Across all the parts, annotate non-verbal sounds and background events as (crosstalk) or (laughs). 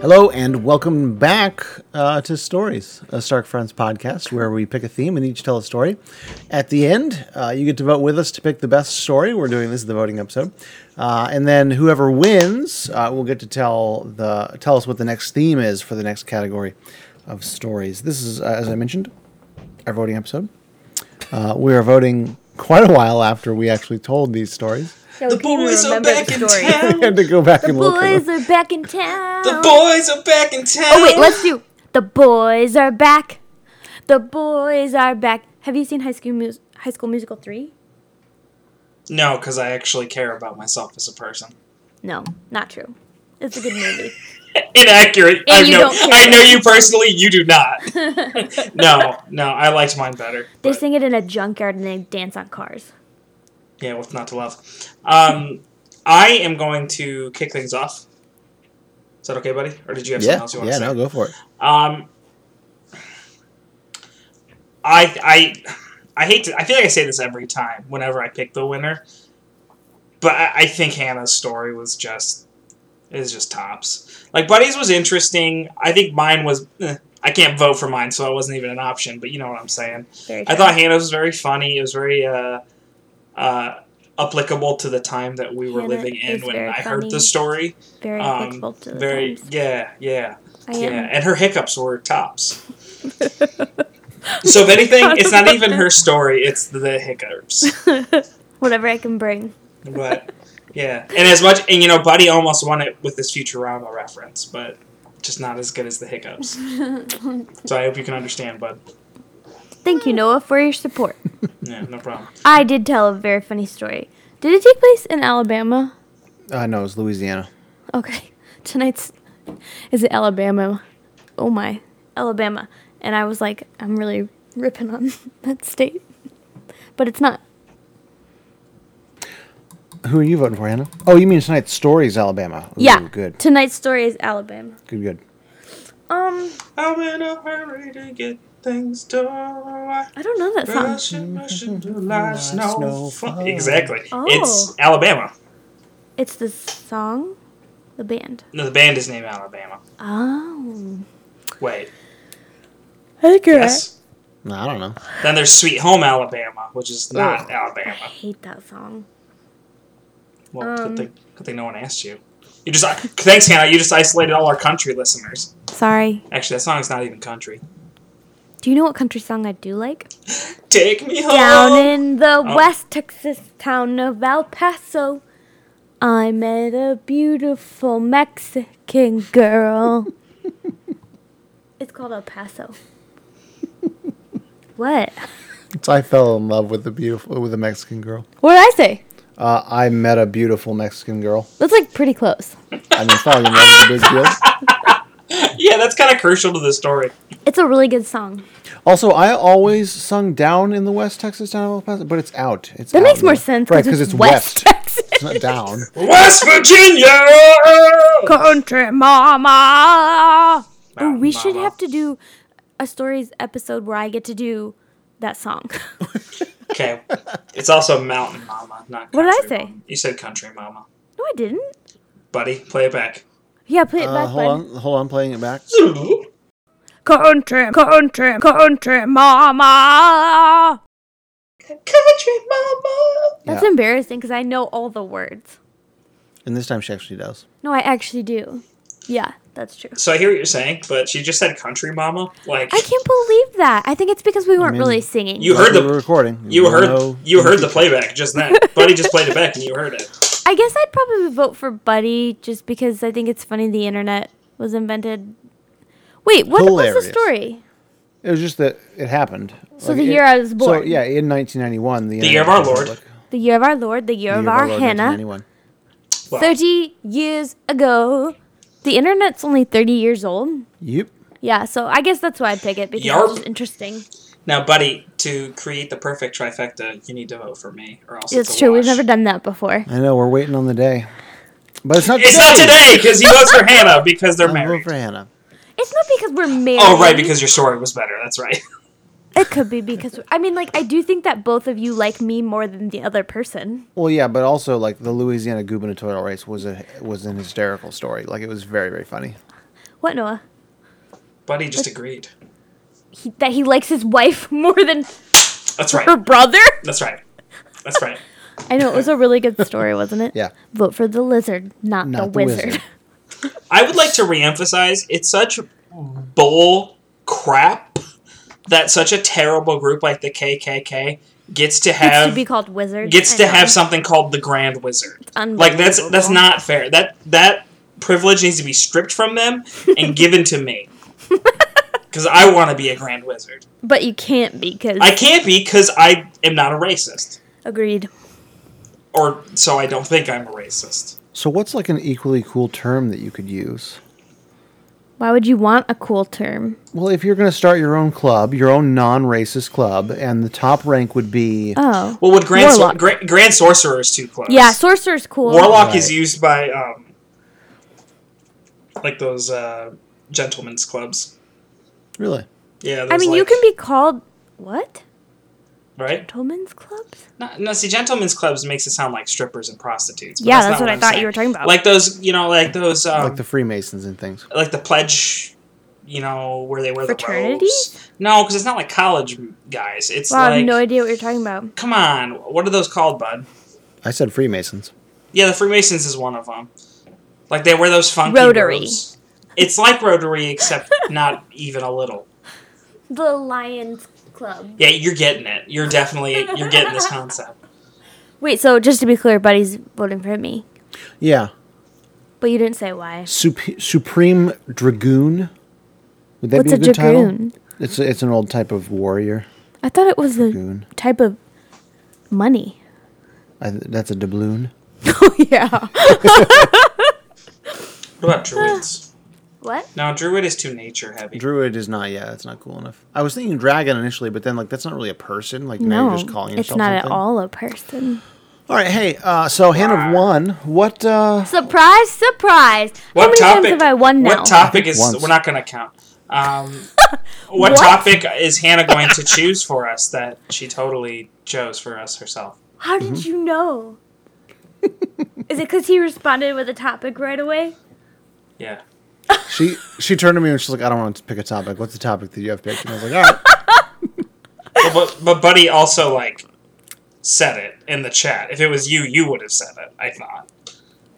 Hello and welcome back uh, to Stories, a Stark Friends podcast where we pick a theme and each tell a story. At the end, uh, you get to vote with us to pick the best story. We're doing this is the voting episode, uh, and then whoever wins uh, will get to tell the tell us what the next theme is for the next category of stories. This is, uh, as I mentioned, our voting episode. Uh, we are voting quite a while after we actually told these stories. (laughs) Yeah, The we couldn't even boys are remember back the in story. We (laughs) town. had to go back and look. at Boys are back in town. The boys are back in town. oh wait, let's do. The boys are back. The boys are back. Have you seen High School Mus- High School Musical three? No, because I actually care about myself as a person. No, not true. It's a good movie. (laughs) Inaccurate. And I you know. don't care. I know you personally. You do not. (laughs) no, no. I liked mine (laughs) better. they but, sing it in a junkyard and they dance on cars. yeah, what's not to love? Um, I am going to kick things off. Is that okay, buddy? Or did you have something Yeah, else you want yeah, to no, say? go for it. Um, I I I hate to. I feel like I say this every time whenever I pick the winner, but I, I think Hannah's story was just is just tops. Like Buddy's was interesting. I think mine was. eh, I can't vote for mine, so it wasn't even an option. But you know what I'm saying. Very I true. thought Hannah's was very funny. It was very uh, uh, applicable to the time that we were Hannah living in is when very I funny. heard the story. very um, applicable to the very times. yeah, yeah. I Yeah, am. and her hiccups were tops. (laughs) so if anything, it's not even her story; it's the hiccups. (laughs) Whatever I can bring. But yeah, and as much and you know, Buddy almost won it with this Futurama reference, but just not as good as the hiccups. Thank So I hope you can understand, Bud. you, Noah, for your support. Yeah, no problem. I did tell a very funny story. Did it take place in Alabama? Uh, no, it's Louisiana. Okay. Tonight's is it Alabama? Oh my, Alabama. And I was like, I'm really ripping on (laughs) that state, but it's not. Who are you voting for, Hannah? Oh, you mean tonight's stories, Alabama? Ooh, yeah. Good. Tonight's story is Alabama. Good. Good. Um, I'm in a hurry to get things done. I don't know that song. Rushing, rushing (laughs) to life's no Snowfall. fun. Exactly. Oh. It's Alabama. It's the song, the band. No, the band is named Alabama. Oh. Wait. I think you're Yes. No, I don't know. Then there's Sweet Home Alabama, which is not Ugh. I Alabama. hate that song. Well, Um. good, thing, good thing no one asked you. You just (laughs) thanks, Hannah. You just isolated all our country listeners. Sorry. Actually, that song's not even country. Do you know what country song I do like? Take me home. Down in the Oh. West Texas town of El Paso, I met a beautiful Mexican (laughs) girl. it's called El Paso. what? So I fell in love with a beautiful with a Mexican girl. What did I say? Uh, I met a beautiful Mexican girl. That's like pretty close. I mean, falling in love is a big (laughs) deal. (laughs) yeah, that's kind of crucial to the story. It's a really good song. Also, I always sung down in the West Texas town of El Paso, but it's out. It's That out makes now. more sense right? Because it's, west. Texas. (laughs) It's not down. West Virginia. Country mama. Oh, we Mama. should have to do a stories episode where I get to do that song. (laughs) Okay, it's also Mountain Mama, not. What did I Country say? Mama. You said Country Mama, no, I didn't. buddy. Play it back. Yeah, play it Uh, back. hold bud. on, hold on, playing it back. Country, country, country mama. Country Mama. That's Yeah. embarrassing because I know all the words. And this time she actually does. No, I actually do. Yeah, that's true. So I hear what you're saying, but she just said Country Mama. Like I can't believe that. I think it's because we weren't mean, really singing. you But heard we the were recording. You We'll heard know you in heard the future. playback just then. Buddy just played it back and you heard it. I guess I'd probably vote for Buddy just because I think it's funny the internet was invented. Wait, what was Hilarious. the story? It was just that it happened. So the year I was So born. yeah, in 1991, the, The year Internet of our was Lord. public. The year of our Lord, the year, The of year our, Lord, Hannah. 1991. Wow. 30 years ago. The internet's only 30 years old. Yep. Yeah, so I guess that's why I pick it because Yarp. it's just interesting. Now, Buddy, to create the perfect trifecta, you need to vote for me, or else It's it's a true. We've wash. never done that before. I know we're waiting on the day, but it's not. It's not today because he votes for Hannah (laughs) because they're I'm voting married. for Hannah. It's not because we're married. Oh, right, because your story was better. That's right. (laughs) it could be because I mean, like, I do think that both of you like me more than the other person. Well, yeah, but also like the Louisiana gubernatorial race was a was an hysterical story. Like it was very very funny. What, Noah? Buddy just agreed. He, that he likes his wife (laughs) more than That's her right. brother? That's right. That's right. I know, it was a really good story, wasn't (laughs) it? Yeah. Vote for the lizard, not, the, Not the wizard. (laughs) wizard. I would like to reemphasize it's such bull crap that such a terrible group like the KKK gets to Gets have to be called wizard. gets I to know. have something called the Grand Wizard. Unbelievable. Like that's that's not fair. That that privilege needs to be stripped from them (laughs) and given to me. Cuz I want to be a Grand Wizard. But you can't because. I can't be cuz I am not a racist Agreed. or so I don't think I'm a racist. So what's like an equally cool term that you could use? Why would you want a cool term? Well, if you're going to start your own club, your own non-racist club, and the top rank would be Oh. Well, with Grand Sor- Warlock. Grand, Grand Sorcerer is too close. Yeah, sorcerer's cool. Warlock is Right. used by um, like those uh, gentlemen's clubs. really Yeah, those, I mean, you like- can be called. What? right. Tillman's clubs? No, no, see, gentlemen's clubs makes it sound like strippers and prostitutes. but yeah, not that's what I I'm thought saying. you were talking about. Like those, you know, like those, um, like the Freemasons and things. pledge, you know, where they wear the Fraternities? robes. No, because it's not like college guys. It's wow, I like, have no idea what you're talking about. come on, what are those called, bud? I said Freemasons. Yeah, the Freemasons is one of them. Like they wear those funky Rotary. robes. It's like Rotary, except (laughs) not even a little. The Lions Club. Yeah, you're getting it. You're definitely you're getting this concept. Wait, so just to be clear, Buddy's voting for me. Yeah, But you didn't say why. Sup- Supreme Dragoon. Would that be What's a a good dragoon? title? It's it's an old type of warrior. I thought it was a Dragoon. type of (laughs) money. I, that's a doubloon. Oh, yeah. What about druids? What? No, druid is too nature heavy. Druid is not. Yeah, that's not cool enough. I was thinking dragon initially, but then like that's not really a person. Like now No, you're just calling it's yourself not at something. all a person. All right, hey. Uh, so hand of one. What? Uh, Surprise, surprise! How many times have I won now? What topic is? Once. We're not going to count. Um, (laughs) what, What? topic is Hannah going to choose for us that she totally chose for us herself? How did Mm-hmm. (laughs) you know? Is it because he responded with a topic right away? Yeah. she she turned to me and she's like, "I don't want to pick a topic. What's the topic that you have picked?" And I was like, "All right." (laughs) But, but but Buddy also like said it in the chat. If it was you, you would have said it. I thought.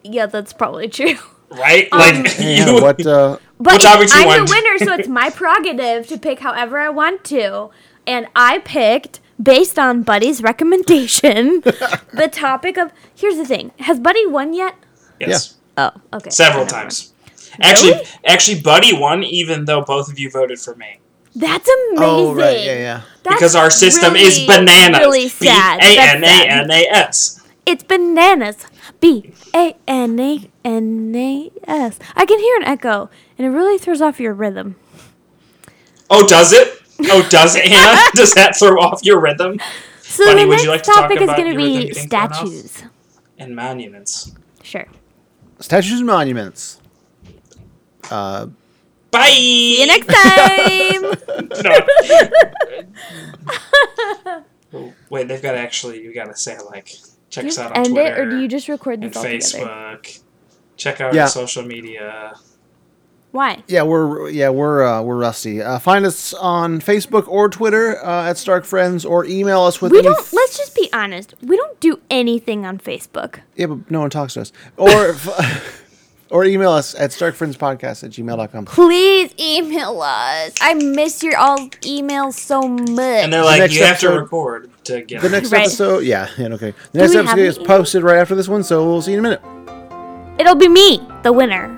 Yeah, that's probably true. Right? Um, Like Hey, (laughs) you. Hannah, what? Uh, But Which topic you I'm want? the winner, so it's (laughs) my prerogative to pick however I want to. And I picked, based on Buddy's (laughs) recommendation, the topic of. Here's the thing Has Buddy won yet? Yes. Oh, okay. Several Never mind. times. Actually, Really? actually, Buddy won, even though both of you voted for me. That's amazing. oh right, yeah, yeah. That's because our system is really, bananas. Really sad. B A That's N A sad. N A S. It's bananas. B A N A N A S. I can hear an echo, and it really throws off your rhythm. Oh, does it? Oh, does it, (laughs) Hannah? does that throw off your rhythm? So Bunny, the would next you like to talk topic is about going to your rhythm be getting thrown off? statues. And monuments. Sure. Statues and monuments. Uh, Bye. See you next (laughs) time. No. Oh, Wait, they've got to actually. You got to say like, do check you us out on end Twitter it, or do you just record and this all together? Facebook. Check out Yeah. our social media. Why? (laughs) Yeah, we're yeah we're uh, we're rusty. Uh, find us on Facebook or Twitter uh, at Stark Friends, or email us with We any don't. Let's just be honest. We don't do anything on Facebook. yeah, but no one talks to us. Or (laughs) f- or email us at starkfriendspodcast at gmail.com. Please email us. I miss your all emails so much. And they're like, next you have to episode- record to get The it. next Right. episode, yeah, yeah, okay. The next we have episode is any- posted right after this one, so we'll see you in a minute. It'll be me, the winner.